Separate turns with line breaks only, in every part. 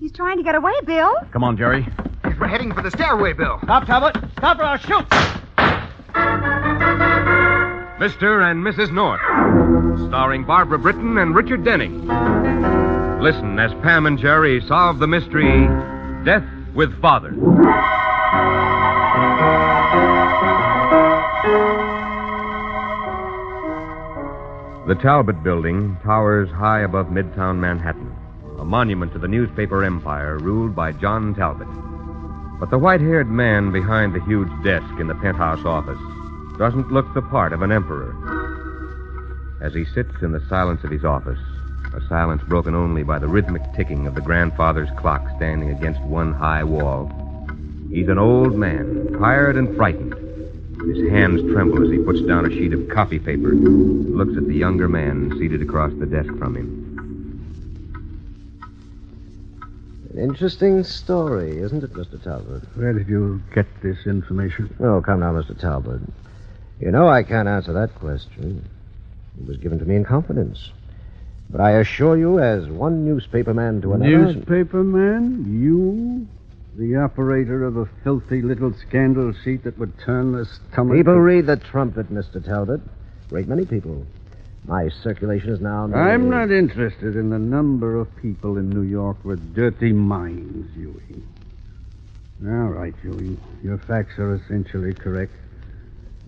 He's trying to get away, Bill.
Come on, Jerry.
We're heading for the stairway, Bill.
Stop, Talbot. Stop or I'll shoot.
Mr. and Mrs. North, starring Barbara Britton and Richard Denning. Listen as Pam and Jerry solve the mystery Death with Father. The Talbot Building towers high above Midtown Manhattan, a monument to the newspaper empire ruled by John Talbot. But the white haired man behind the huge desk in the penthouse office doesn't look the part of an emperor. As he sits in the silence of his office, a silence broken only by the rhythmic ticking of the grandfather's clock standing against one high wall, he's an old man, tired and frightened. His hands tremble as he puts down a sheet of copy paper and looks at the younger man seated across the desk from him.
An interesting story, isn't it, Mr. Talbot?
Where did you get this information?
Oh, come now, Mr. Talbot. You know I can't answer that question. It was given to me in confidence. But I assure you, as one newspaper man to another.
Newspaper man? You? The operator of a filthy little scandal sheet that would turn the stomach.
People read the trumpet, Mr. Talbot. Great many people. My circulation is now.
I'm not interested in the number of people in New York with dirty minds, Ewing. All right, Ewing. Your facts are essentially correct.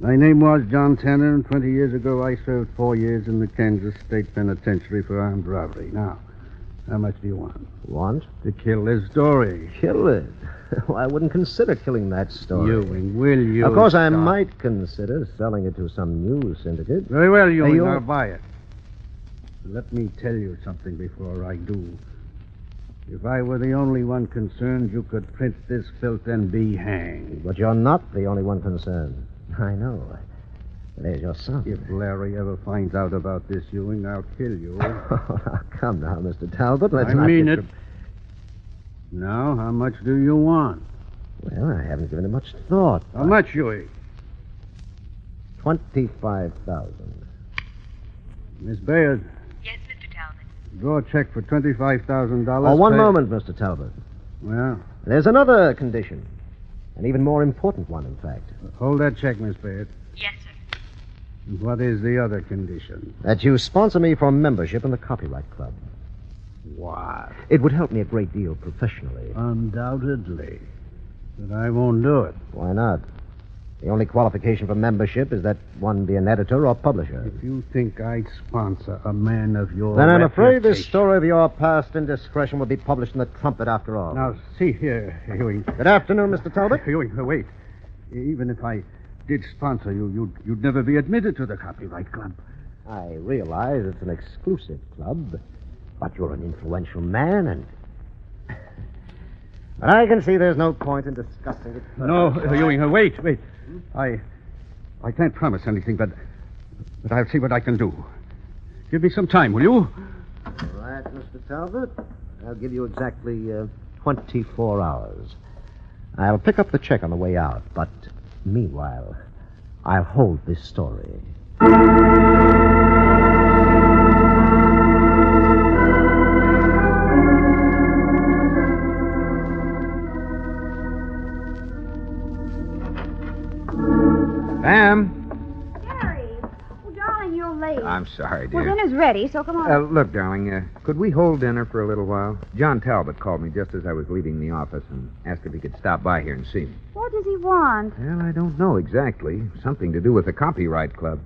My name was John Tanner, and 20 years ago I served four years in the Kansas State Penitentiary for armed robbery. Now, how much do you want?
Want?
To kill this story.
Kill it. Well, I wouldn't consider killing that story.
Ewing, will you?
of course, I
stop?
might consider selling it to some news syndicate.
Very well, Ewing.
you're-
I'll buy it. Let me tell you something before I do. If I were the only one concerned, you could print this filth and be hanged.
But you're not the only one concerned. I know. There's your son.
If Larry ever finds out about this, Ewing, I'll kill you.
Oh, come now, Mr. Talbot. Let's
I
not
mean
get
it. Now, how much do you want?
to- Well, I haven't given it much thought.
How much, Ewing?
Twenty-five thousand.
Miss Bayard,
Yes, Mr. Talbot.
draw a check for twenty-five thousand dollars.
Oh, one moment, Mr. Talbot.
Well,
There's another condition, an even more important one, in fact,
hold that check, Miss Bayard.
Yes, sir.
What is the other condition?
that you sponsor me for membership in the Copyright Club.
What?
It would help me a great deal professionally.
Undoubtedly. But I won't do it.
Why not? The only qualification for membership is that one be an editor or publisher.
If you think I'd sponsor a man of your
Then I'm afraid this
reputation-
story of your past indiscretion will be published in the Trumpet after all.
Now see here, Ewing.
Good afternoon, Mr. Talbot.
Ewing, uh, wait. Even if I did sponsor you, you'd, you'd never be admitted to the copyright club.
I realize it's an exclusive club, but you're an influential man, and. But I can see there's no point in discussing it. further.
No, uh, Ewing, uh, wait, wait. I, I can't promise anything, but, but I'll see what I can do. Give me some time, will you?
All right, Mr. Talbot. I'll give you exactly uh, 24 hours. I'll pick up the check on the way out, but meanwhile, I'll hold this story.
Pam.
Jerry. Well, darling, you're late.
Ah,
I'm sorry,
well,
dear.
dinner's ready, so come on.
Uh, look, darling, uh, could we hold dinner for a little while? John Talbot called me just as I was leaving the office and asked if he could stop by here and see me.
what does he want?
Well, I don't know exactly. Something to do with the Copyright Club.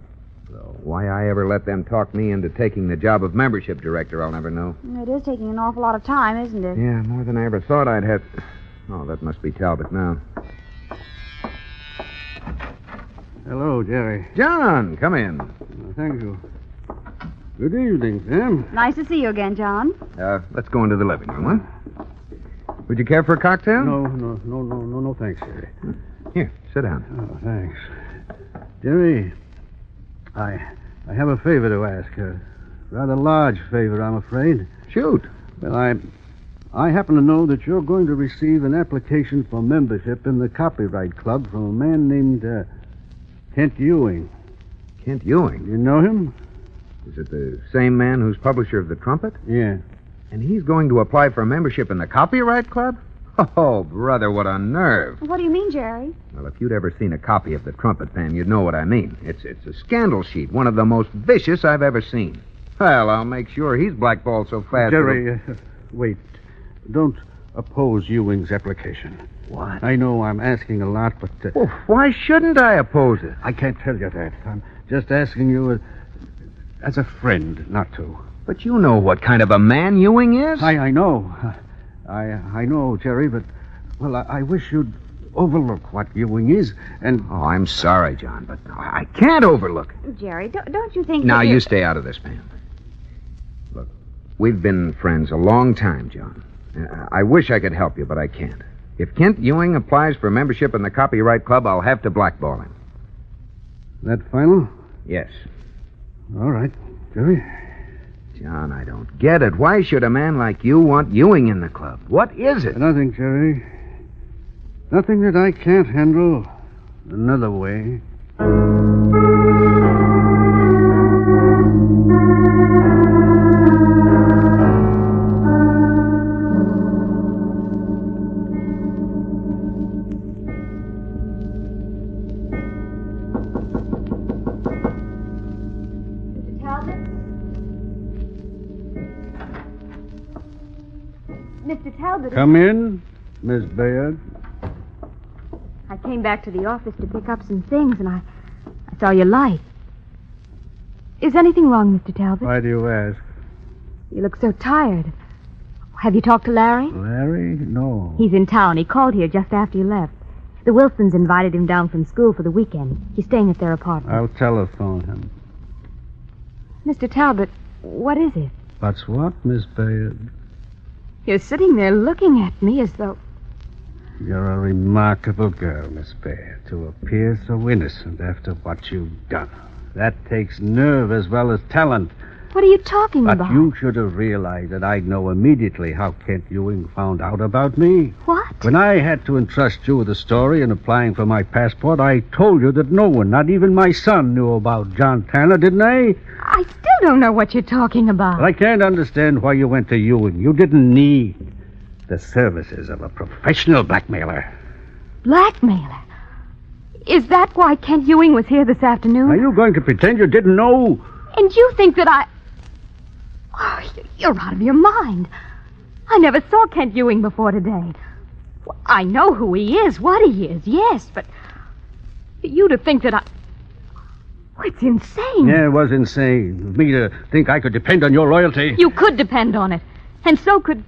Though why I ever let them talk me into taking the job of membership director, I'll never know.
It is taking an awful lot of time, isn't it?
Yeah, more than I ever thought I'd have. Oh, that must be Talbot now.
Hello, Jerry.
John, come in.
Uh, Thank you. Good evening, Sam.
Nice to see you again, John.
Uh, let's go into the living room, huh? Would you care for a cocktail?
No, no, no, no, no, no, thanks, Jerry.
Here, sit down.
Oh, thanks. Jerry, I I have a favor to ask. A rather large favor, I'm afraid.
Shoot.
Well, I I happen to know that you're going to receive an application for membership in the Copyright Club from a man named uh, Kent Ewing.
Kent Ewing.
You know him?
Is it the same man who's publisher of The Trumpet?
Yeah.
And he's going to apply for membership in the Copyright Club? Oh, brother, what a nerve.
What do you mean, Jerry?
Well, if you'd ever seen a copy of the trumpet, Pam, you'd know what I mean. It's it's a scandal sheet, one of the most vicious I've ever seen. Well, I'll make sure he's blackballed so fast. it'll-
Jerry, uh, wait. Don't oppose Ewing's application.
What?
I know I'm asking a lot, but uh,
Well, Oh, why shouldn't I oppose it?
I can't tell you that. I'm just asking you uh, as a friend not to.
But you know what kind of a man Ewing is.
I, I know. I, I know, Jerry, but, well, I, I wish you'd overlook what Ewing is and.
Oh, I'm sorry, John, but I I can't overlook it.
Jerry, don't, don't you think.
Now,
that
you
you're-
stay out of this, Pam. Look, we've been friends a long time, John. Uh, I wish I could help you, but I can't. If Kent Ewing applies for membership in the Copyright Club, I'll have to blackball him.
That final?
Yes.
All right, Jerry.
John, I don't get it. Why should a man like you want Ewing in the club? What is it?
Nothing, Jerry. Nothing that I can't handle another way.
Mr. Talbot? Mr. Talbot,
Come in, Miss Bayard.
I came back to the office to pick up some things, and I, I saw your light. Is anything wrong, Mr. Talbot?
Why do you ask?
You look so tired. Have you talked to Larry?
Larry? No.
He's in town. He called here just after you left. The Wilsons invited him down from school for the weekend. He's staying at their apartment.
I'll telephone him.
Mr. Talbot, what is it?
That's what, Miss Bayard?
You're sitting there looking at me as though.
You're a remarkable girl, Miss Bayard, to appear so innocent after what you've done. That takes nerve as well as talent.
What are you talking
But
about?
you should have realized that I'd know immediately how Kent Ewing found out about me.
What?
When I had to entrust you with the story in applying for my passport, I told you that no one, not even my son, knew about John Tanner, didn't I?
I still don't know what you're talking about.
But I can't understand why you went to Ewing. You didn't need the services of a professional blackmailer.
Blackmailer. Is that why Kent Ewing was here this afternoon?
Are you going to pretend you didn't know?
And you think that I. Oh, y- you're out of your mind. I never saw Kent Ewing before today. Well, I know who he is, what he is, yes, but. for You to think that I. Oh, it's insane.
Yeah, it was insane of me to think I could depend on your loyalty.
You could depend on it. And so could.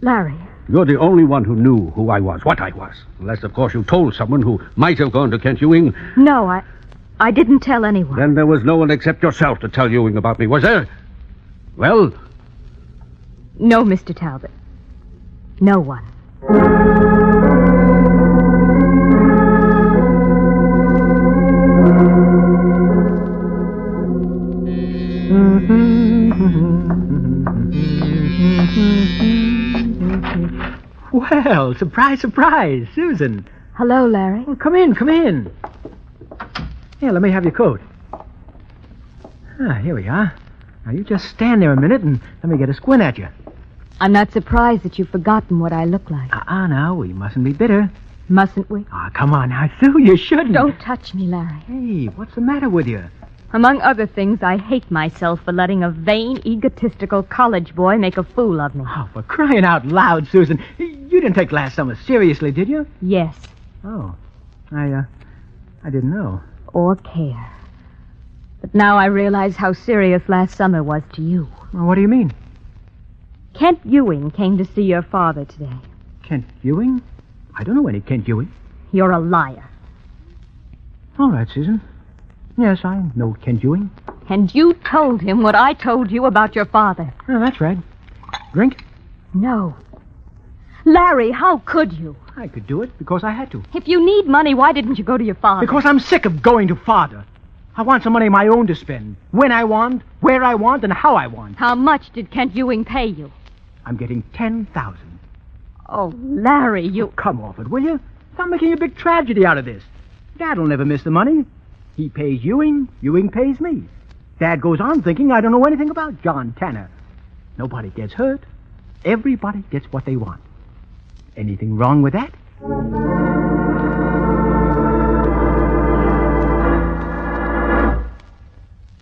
Larry.
You're the only one who knew who I was, what I was. Unless, of course, you told someone who might have gone to Kent Ewing.
No, I. I didn't tell anyone.
Then there was no one except yourself to tell Ewing about me, was there? Well,
No, Mr. Talbot. No one.
Well, surprise, surprise, Susan.
Hello, Larry.
Well, come in, come in. Here, let me have your coat. Ah, here we are. Now, you just stand there a minute and let me get a squint at you.
I'm not surprised that you've forgotten what I look like.
Ah, uh now, we mustn't be bitter.
Mustn't we?
Ah, come on now, Sue, you shouldn't.
Don't touch me, Larry.
Hey, what's the matter with you?
Among other things, I hate myself for letting a vain, egotistical college boy make a fool of me.
Oh, for crying out loud, Susan. You didn't take last summer seriously, did you?
Yes,
Oh, I, uh, I didn't know.
or care. But now I realize how serious last summer was to you.
Well, what do you mean?
Kent Ewing came to see your father today.
Kent Ewing? I don't know any Kent Ewing.
You're a liar.
All right, Susan. Yes, I know Kent Ewing.
And you told him what I told you about your father.
Oh, that's right. Drink?
No. Larry, how could you?
I could do it because I had to.
If you need money, why didn't you go to your father?
Because I'm sick of going to father. I want some money of my own to spend. When I want, where I want, and how I want.
How much did Kent Ewing pay you?
I'm getting ten thousand.
Oh, Larry, you.
Come off it, will you? Stop making a big tragedy out of this. Dad'll never miss the money. He pays Ewing, Ewing pays me. Dad goes on thinking I don't know anything about John Tanner. Nobody gets hurt. Everybody gets what they want. Anything wrong with that?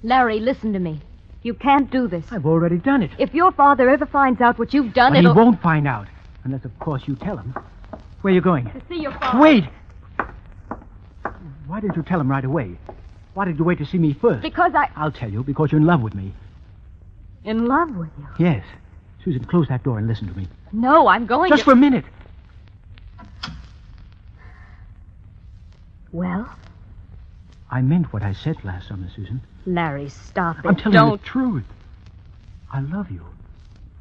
Larry, listen to me. You can't do this.
I've already done it.
If your father ever finds out what you've done,
But he
it'll.
won't find out. Unless, of course, you tell him. Where are you going?
To see your father.
Wait! Why didn't you tell him right away? Why did you wait to see me first?
Because I.
I'll tell you because you're in love with me.
In love with you.
Yes. Susan, close that door and listen to me.
No, I'm going
Just
to.
for a minute.
Well,
I meant what I said last summer, Susan.
Larry, stop it.
I'm telling you
Don't.
the truth. I love you.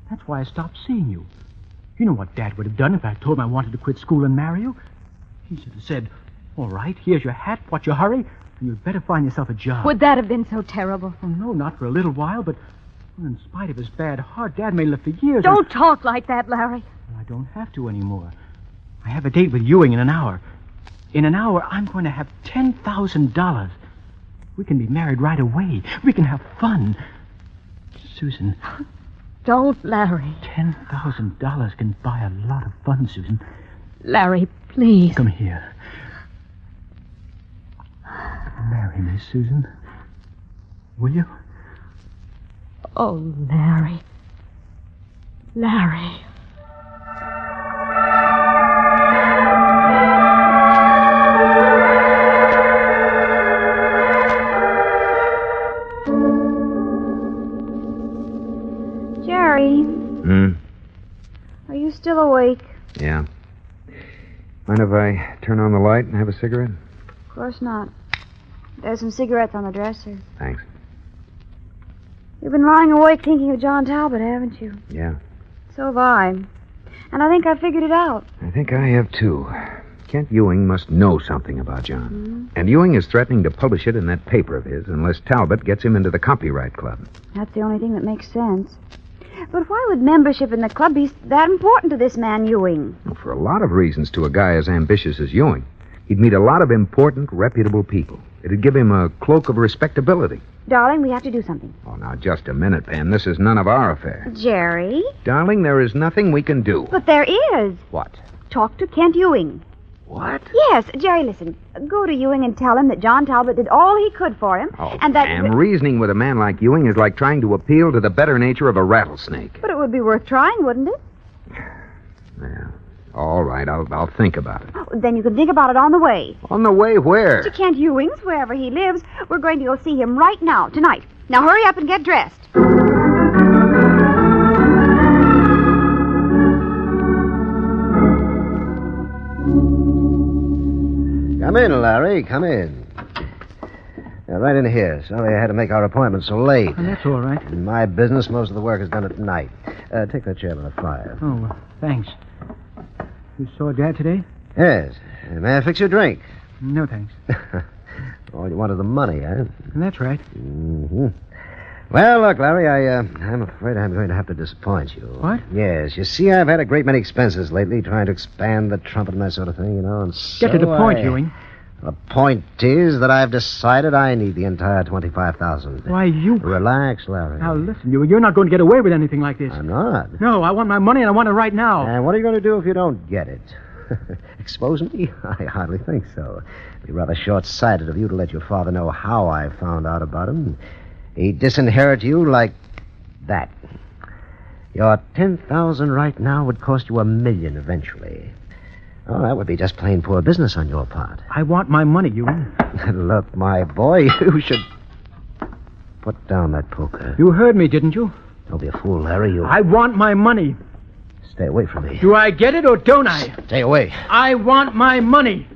That's why I stopped seeing you. You know what Dad would have done if I told him I wanted to quit school and marry you? He should have said, All right, here's your hat. What's your hurry? And you'd better find yourself a job.
Would that have been so terrible?
Oh, no, not for a little while, but well, in spite of his bad heart, Dad may live for years.
Don't talk like that, Larry.
And I don't have to anymore. I have a date with Ewing in an hour. In an hour, I'm going to have $10,000. We can be married right away. We can have fun. Susan,
Don't, Larry.
$10,000 can buy a lot of fun, Susan.
Larry, please.
Come here. Marry me, Susan. Will you?
Oh, Larry. Larry.
Jerry,
Hmm?
are you still awake?
Yeah. Mind if I turn on the light and have a cigarette?
Of course not. There's some cigarettes on the dresser.
Thanks.
You've been lying awake thinking of John Talbot, haven't you?
Yeah.
So have I. And I think I figured it out.
I think I have too. Kent Ewing must know something about John.
Hmm?
And Ewing is threatening to publish it in that paper of his unless Talbot gets him into the copyright club.
That's the only thing that makes sense. But why would membership in the club be that important to this man Ewing?
For a lot of reasons to a guy as ambitious as Ewing. He'd meet a lot of important, reputable people. It'd give him a cloak of respectability.
Darling, we have to do something.
Oh, now, just a minute, Pam. This is none of our affair.
Jerry?
Darling, there is nothing we can do.
But there is.
What?
Talk to Kent Ewing.
What?
Yes, Jerry, listen. Go to Ewing and tell him that John Talbot did all he could for him.
Oh,
and that.
Pam, reasoning with a man like Ewing is like trying to appeal to the better nature of a rattlesnake.
But it would be worth trying, wouldn't it?
Yeah. All right, I'll, I'll think about it.
Then you can think about it on the way.
On the way where?
To Kent Ewing's, wherever he lives. We're going to go see him right now, tonight. Now hurry up and get dressed.
Come in, Larry. Come in. Yeah, right in here. Sorry I had to make our appointment so late.
Oh, that's all right.
In my business, most of the work is done at night. Uh, take that chair by the fire.
Oh, well, thanks. You saw Dad today?
Yes. Uh, May I fix your drink?
No, thanks.
All you wanted the money, eh?
And that's right.
hmm Well, look, Larry, I, uh, I'm afraid I'm going to have to disappoint you.
What?
Yes. You see, I've had a great many expenses lately trying to expand the trumpet and that sort of thing, you know, and
Get to
so
the point,
I-
Ewing.
The point is that I've decided I need the entire 25000
Why, you.
Relax, Larry.
Now, listen, Ewing, you're not going to get away with anything like this.
I'm not.
No, I want my money and I want it right now.
And what are you going to do if you don't get it? Expose me? I hardly think so. It'd be rather short sighted of you to let your father know how I found out about him. He'd disinherit you like that. Your 10000 right now would cost you a million eventually. Oh, that would be just plain poor business on your part.
I want my money, Ewing.
Look, my boy, you should. Put down that poker.
You heard me, didn't you?
Don't be a fool, Larry. You.
I want my money.
Stay away from me.
Do I get it or don't I?
Stay away.
I want my money.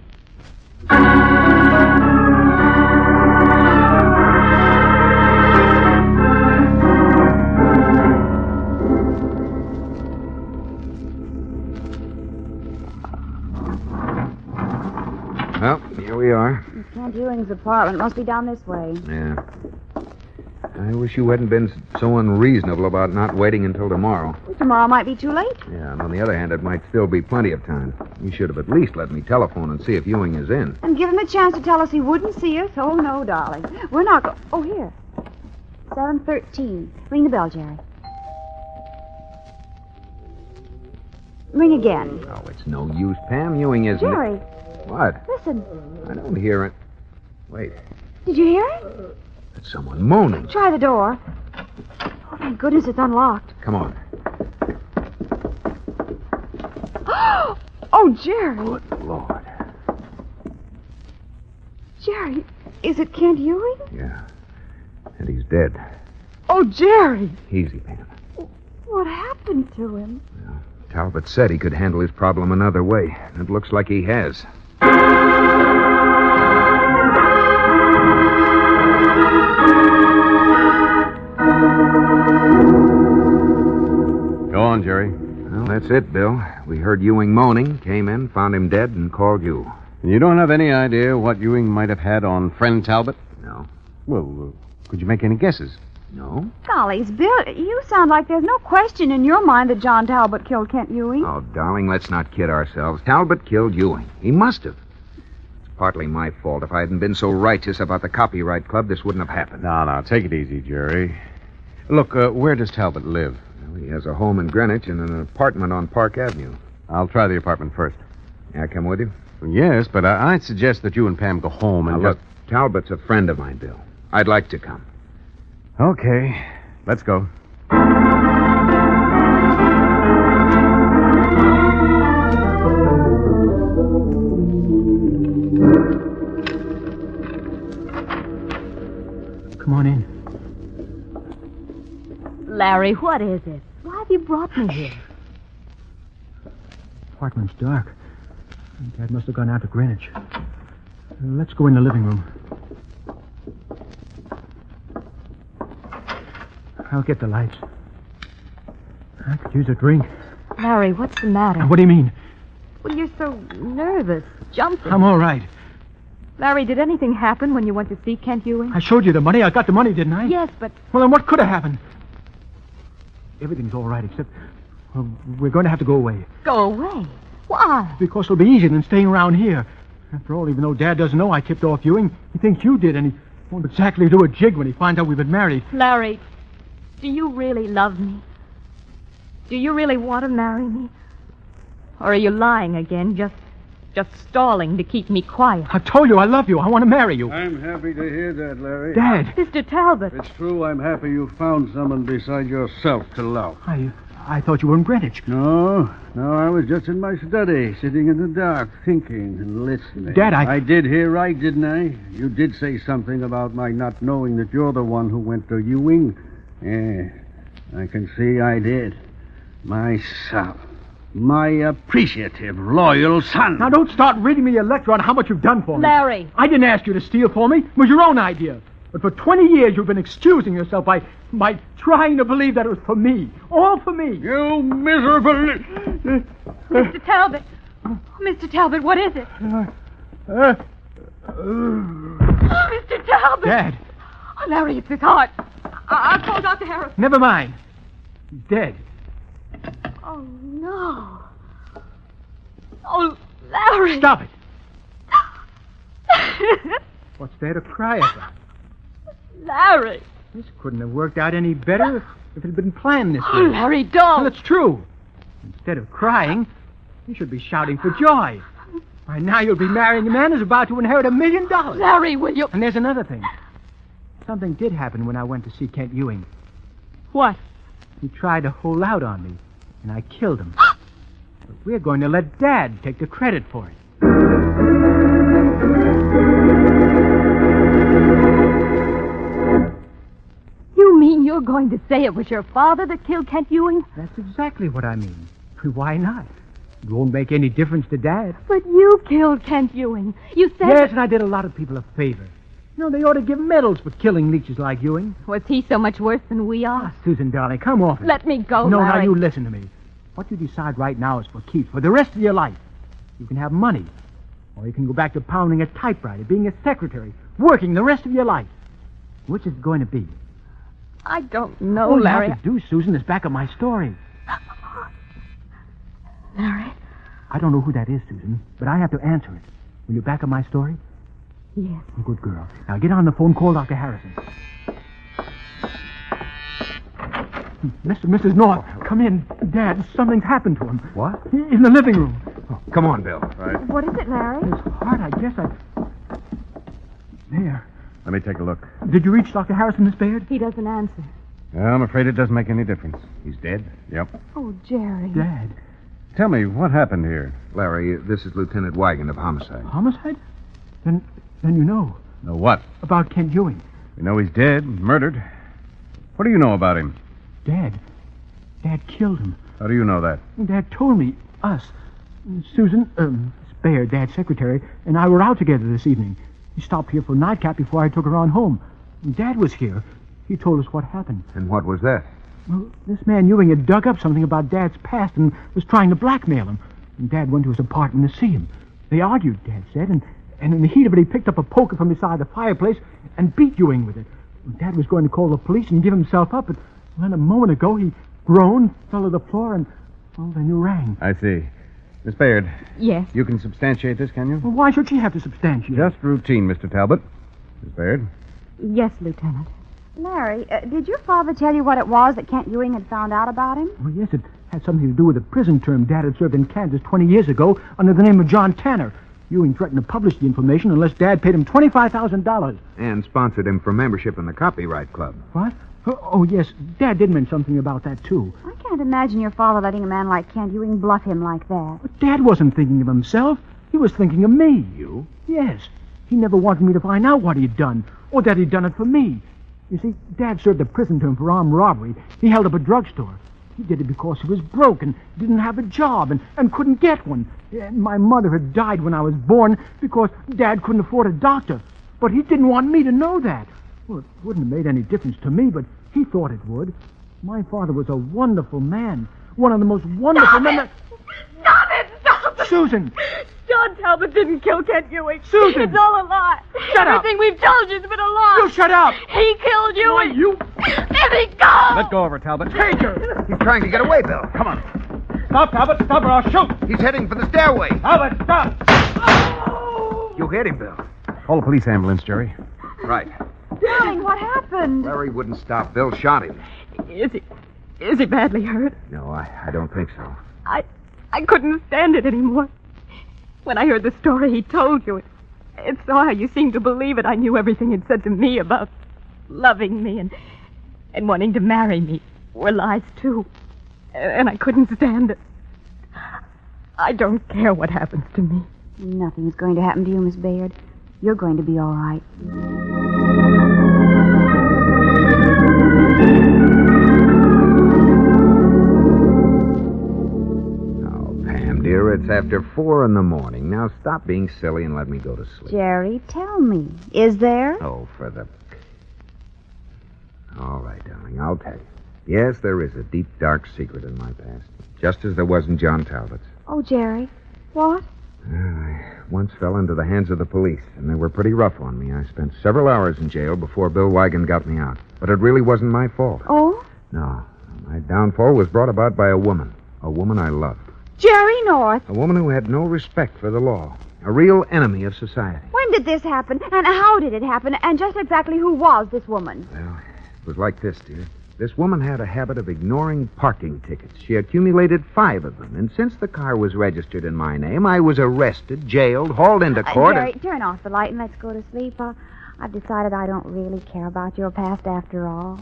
Well, here we are.
Kent Ewing's apartment must be down this way.
Yeah. I wish you hadn't been so unreasonable about not waiting until tomorrow.
Tomorrow might be too late.
Yeah, and on the other hand, it might still be plenty of time. You should have at least let me telephone and see if Ewing is in.
And give him a chance to tell us he wouldn't see us. Oh, no, darling. We're not go Oh, here. 7.13. Ring the bell, Jerry. Ring again.
Oh, it's no use. Pam Ewing isn't.
Jerry,
What?
listen.
I don't hear it. Wait,
Did you hear it?
that's someone moaning.
Try the door. Oh, thank goodness it's unlocked.
Come on.
Oh, Jerry.
Lord.
Jerry, is it Kent Ewing?
Yeah. And he's dead.
Oh, Jerry.
Easy, Pam.
What happened to him?
Talbot said he could handle his problem another way. and It looks like he has.
Go on, Jerry.
Well, that's it, Bill. We heard Ewing moaning, came in, found him dead, and called you.
And you don't have any idea what Ewing might have had on friend Talbot?
No.
Well, uh, could you make any guesses?
No?
Gollies, Bill, you sound like there's no question in your mind that John Talbot killed Kent Ewing.
Oh, darling, let's not kid ourselves. Talbot killed Ewing. He must have. It's partly my fault. If I hadn't been so righteous about the Copyright Club, this wouldn't have happened.
No, no, take it easy, Jerry. Look, uh, where does Talbot live?
Well, he has a home in Greenwich and an apartment on Park Avenue.
I'll try the apartment first.
May I come with you?
Yes, but I- I'd suggest that you and Pam go home
Now,
and
look, Talbot's a friend of mine, Bill. I'd like to come.
just- Okay, let's go.
Come on in.
Larry, what is it? Why have you brought me here?
Apartment's dark. Dad must have gone out to Greenwich. Let's go in the living room. I'll get the lights. I could use a drink.
Larry, what's the matter?
What do you mean?
Well, you're so nervous, jumping.
I'm all right.
Larry, did anything happen when you went to see Kent Ewing?
I showed you the money. I got the money, didn't I?
Yes, but
Well, then what could have happened? Everything's all right, except well, we're going to have to go away.
go away. Why?
Because it'll be easier than staying around here. After all, even though Dad doesn't know I tipped off Ewing, he thinks you did, and he won't exactly do a jig when he finds out we've been married.
Larry, do you really love me? Do you really want to marry me? Or are you lying again, just just stalling to keep me quiet?
I've told you I love you. I want to marry you.
I'm happy to hear that, Larry.
Dad,
Mr. Talbot,
It's true I'm happy you found someone beside yourself to love.
I I thought you were in Greenwich.
No, no, I was just in my study, sitting in the dark, thinking and listening.
Dad, I-
I did hear right, didn't I? You did say something about my not knowing that you're the one who went to Ewing. Yeah, I can see I did. My son. My appreciative, loyal son.
Now don't start reading me a lecture on how much you've done for me.
Larry.
I didn't ask you to steal for me. It was your own idea. But for 20 years you've been excusing yourself by by trying to believe that it was for me. All for me.
You miserable.
Mr. Talbot. Oh, Mr. Talbot, what is it?
Uh,
Oh, Mr. Talbot!
Dad,
Oh, Larry, it's his heart. I- I'll call Dr. Harris.
never mind. He's dead.
Oh, no. Oh, Larry.
Stop it. What's there to cry about?
Larry.
This couldn't have worked out any better if, if it had been planned this
Oh,
way.
Larry, don't.
Well, it's true. Instead of crying, you should be shouting for joy. By now, you'll be marrying a man who's about to inherit a million dollars.
Larry, will you?
And there's another thing. Something did happen when I went to see Kent Ewing.
What?
He tried to hold out on me, and I killed him. but we're going to let Dad take the credit for it.
You mean you're going to say it was your father that killed Kent Ewing?
That's exactly what I mean. Why not? It won't make any difference to Dad.
But you killed Kent Ewing. You said.
Yes, and I did a lot of people a favor. You know, they ought to give medals for killing leeches like Ewing.
Was he so much worse than we are?
Ah, Susan, darling, come off. it.
Let me go,
no, now
Larry.
you listen to me. What you decide right now is for keeps for the rest of your life. You can have money, or you can go back to pounding a typewriter, being a secretary, working the rest of your life. Which is it going to be?
I don't know,
All
Oh, Larry.
you have to do, Susan, is back up my story.
Larry?
I don't know who that is, Susan, but I have to answer it. Will you back up my story?
Yes.
Good girl. Now get on the phone, call Dr. Harrison. Mr. and Mrs. North. Come in, Dad. Something's happened to him.
What?
In the living room.
Come on, Bill.
What is it, Larry?
It's hard, I guess. I. There.
Let me take a look.
Did you reach Dr. Harrison, Miss Bayard?
He doesn't answer.
I'm afraid it doesn't make any difference. He's dead? Yep.
Oh, Jerry.
Dad.
Tell me, what happened here?
Larry, this is Lieutenant Wagon of Homicide.
Homicide? Then, then you know
Know what?
about Kent Ewing.
We know he's dead, murdered. What do you know about him?
Dad. Dad killed him.
How do you know that?
Dad told me, us, Susan, um, Spare, Dad's secretary, and I were out together this evening. He stopped here for a nightcap before I took her on home. Dad was here. He told us what happened.
And what was that?
Well, this man Ewing had dug up something about Dad's past and was trying to blackmail him. And Dad went to his apartment to see him. They argued, Dad said, and, and in the heat of it, he picked up a poker from beside the fireplace and beat Ewing with it. Dad was going to call the police and give himself up, but then a moment ago he groaned, fell to the floor, and, well, then you rang.
I see. Miss Baird,
Yes.
you can substantiate this, can you?
Well, why should she have to substantiate?
Just routine, Mr. Talbot. Miss Baird?
Yes, Lieutenant.
Larry, uh, did your father tell you what it was that Kent Ewing had found out about him?
Well, yes, it had something to do with a prison term Dad had served in Kansas 20 years ago under the name of John Tanner. Ewing threatened to publish the information unless Dad paid him $25,000.
And sponsored him for membership in the Copyright Club.
What? Oh, oh, yes. Dad did mention something about that, too.
I can't imagine your father letting a man like Kent Ewing bluff him like that.
But Dad wasn't thinking of himself. He was thinking of me. You? Yes. He never wanted me to find out what he'd done, or that he'd done it for me. You see, Dad served a prison term for armed robbery. He held up a drugstore. He did it because he was broke and didn't have a job and, and couldn't get one. And my mother had died when I was born because Dad couldn't afford a doctor. But he didn't want me to know that. Well, it wouldn't have made any difference to me, but he thought it would. My father was a wonderful man. One of the most wonderful men. that-
Stop it! Stop it!
Susan!
John Talbot didn't kill Kent Ewing.
Susan!
It's all a lie.
Shut up.
Everything we've told you's been a lie.
You shut up!
He killed you.
Why, you
Let me go!
Let go of her, Talbot.
take her!
He's trying to get away, Bill. Come on.
Stop, Talbot. Stop or I'll shoot.
He's heading for the stairway.
Talbot, stop.
You hit him, Bill.
Call a police ambulance, Jerry.
Right.
Darling, what happened?
Larry wouldn't stop. Bill shot him.
Is he is he badly hurt?
No, I, I don't think so.
I I couldn't stand it anymore. When I heard the story he told you, it, it saw how you seemed to believe it. I knew everything he'd said to me about loving me and and wanting to marry me were lies too, and I couldn't stand it. I don't care what happens to me.
Nothing's going to happen to you, Miss Bayard. You're going to be all right.
Oh, Pam, dear, it's after four in the morning. Now stop being silly and let me go to sleep.
Jerry, tell me, is there?
Oh, for the. All right, darling, I'll tell you. Yes, there is a deep, dark secret in my past, just as there was in John Talbot's.
Oh, Jerry, what?
Uh, I once fell into the hands of the police, and they were pretty rough on me. I spent several hours in jail before Bill Wigan got me out. But it really wasn't my fault.
Oh,
No, my downfall was brought about by a woman, a woman I loved,
Jerry North.
a woman who had no respect for the law, a real enemy of society.
When did this happen, and how did it happen, and just exactly who was this woman?
Well, it was like this, dear. This woman had a habit of ignoring parking tickets. She accumulated five of them, and since the car was registered in my name, I was arrested, jailed, hauled into
Uh,
court. and-
Jerry, turn off the light and let's go to sleep. Uh, I've decided I don't really care about your past after all.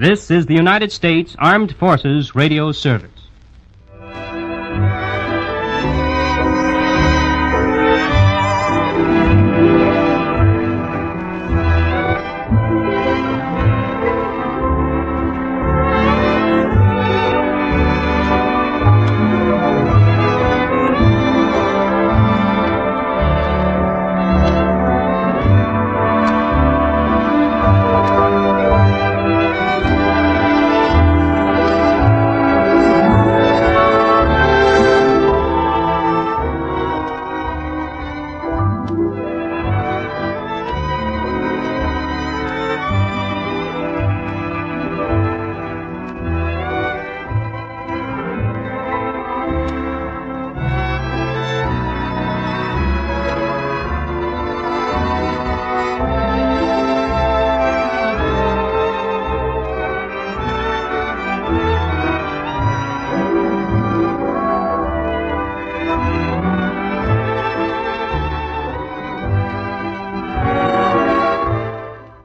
This is the United States Armed Forces Radio Service.